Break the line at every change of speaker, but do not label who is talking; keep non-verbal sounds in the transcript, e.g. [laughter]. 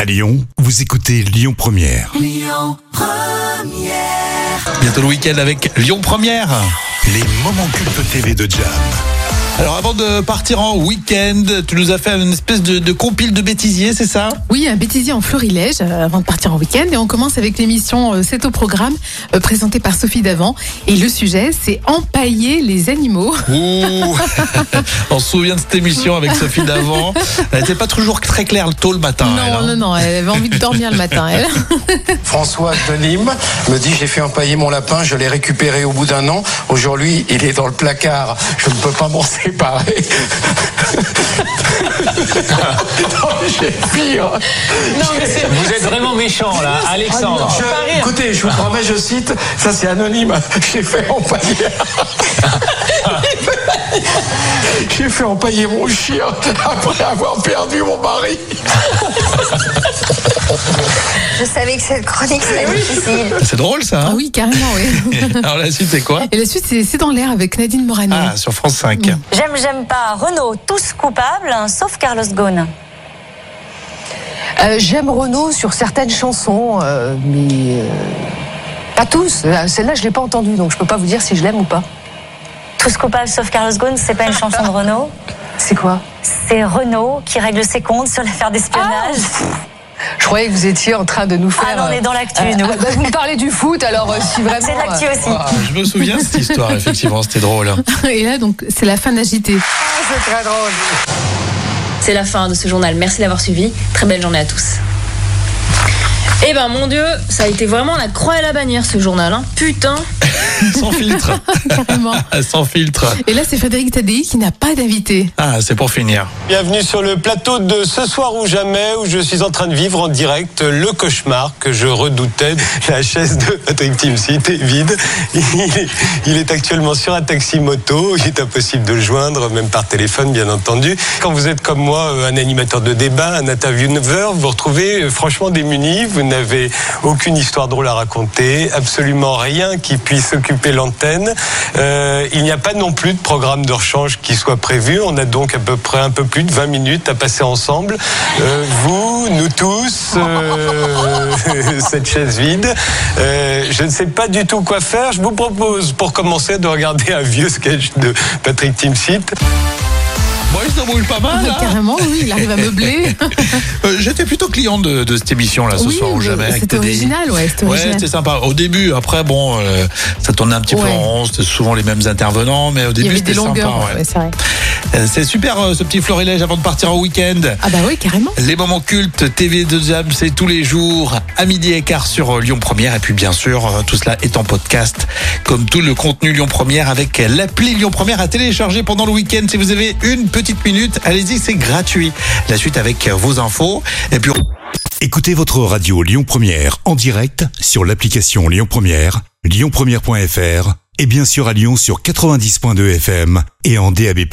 À Lyon, vous écoutez Lyon Première.
Bientôt le week-end avec Lyon Première.
Les moments cultes TV de Jam.
Alors avant de partir en week-end, tu nous as fait une espèce de, de compile de bêtisier, c'est ça
Oui, un bêtisier en florilège euh, avant de partir en week-end. Et on commence avec l'émission euh, C'est au programme, euh, présentée par Sophie Davant. Et le sujet, c'est empailler les animaux.
Ouh [laughs] On se souvient de cette émission avec Sophie Davant. Elle n'était pas toujours très claire tôt le matin.
non,
elle, hein.
non, non, elle avait envie de dormir le
[laughs]
matin. Elle.
Françoise de Nîmes me dit j'ai fait empailler mon lapin, je l'ai récupéré au bout d'un an. Aujourd'hui, il est dans le placard. Je ne peux pas m'en séparer. non, mais j'ai pire.
Non, mais c'est- vous êtes vraiment méchant là, Alexandre.
Je- écoutez, je vous promets, je cite, ça c'est anonyme. J'ai fait empailler. j'ai fait empailler mon chien après avoir perdu mon mari.
Je savais que cette chronique serait difficile.
C'est drôle ça. hein
Ah oui, carrément,
[laughs]
oui.
Alors la suite c'est quoi
Et la suite, c'est C'est dans l'air avec Nadine Morano.
Ah, sur France 5.
J'aime, j'aime pas. Renault, tous coupables, hein, sauf Carlos Ghosn.
Euh, J'aime Renaud sur certaines chansons, euh, mais euh, pas tous. Euh, Celle-là, je l'ai pas entendue, donc je peux pas vous dire si je l'aime ou pas.
Tous coupables, sauf Carlos Ghosn, c'est pas une chanson de Renault.
C'est quoi
C'est Renault qui règle ses comptes sur l'affaire d'espionnage.
Ah, Je croyais que vous étiez en train de nous faire.
Ah non, on est dans l'actu, nous.
bah, vous me parlez du foot, alors euh, si
[laughs]
vraiment.
C'est de l'actu
euh,
aussi.
Ah.
Ah, Je me souviens de cette histoire, effectivement, c'était drôle. hein.
Et là, donc, c'est la fin d'agité.
C'est la fin de ce journal. Merci d'avoir suivi. Très belle journée à tous. Eh ben mon dieu, ça a été vraiment la croix et la bannière ce journal. hein. Putain.
Sans filtre.
[laughs]
Ah,
Carrément.
Sans filtre.
Et là, c'est Frédéric Tadei qui n'a pas d'invité.
Ah, c'est pour finir.
Bienvenue sur le plateau de Ce soir ou jamais où je suis en train de vivre en direct le cauchemar que je redoutais. La chaise de Patrick Timsit est vide. Il- Il est actuellement sur un taxi moto. Il est impossible de le joindre, même par téléphone bien entendu. Quand vous êtes comme moi, euh, un animateur de débat, un intervieweur, vous vous retrouvez euh, franchement démuni. Vous n'avez aucune histoire drôle à raconter, absolument rien qui puisse occuper l'antenne. Euh, il n'y a pas non plus de programme de rechange qui soit prévu. On a donc à peu près un peu plus de 20 minutes à passer ensemble. Euh, vous, nous tous, euh, [laughs] cette chaise vide. Euh, je ne sais pas du tout quoi faire. Je vous propose pour commencer de regarder un vieux sketch de Patrick Timsit.
Bon, il se débrouille pas mal. hein
Carrément, oui, il arrive
[laughs]
à meubler.
Euh, J'étais plutôt client de, de cette émission là ce
Oui,
soir ou
mais
jamais. avec
c'était
TDI.
original, ouais, c'était
Ouais,
original.
c'était sympa. Au début, après, bon, euh, ça tournait un petit peu
Ouais.
en rond, c'était souvent les mêmes intervenants, mais au
Il y
début,
avait des
c'était sympa.
longueurs.
ouais.
ouais, c'est vrai.
Euh, C'est super euh, ce petit florilège avant de partir au week-end.
Ah bah oui, carrément.
Les moments cultes TV de Jam, c'est tous les jours à midi et quart sur euh, Lyon Première. Et puis bien sûr, euh, tout cela est en podcast, comme tout le contenu Lyon Première avec l'appli Lyon Première à télécharger pendant le week-end. Si vous avez une petite minute, allez-y, c'est gratuit. La suite avec euh, vos infos. Et puis
Écoutez votre radio Lyon Première en direct sur l'application Lyon Première, lyonpremière.fr et bien sûr à Lyon sur 90.2 FM et en DAB+.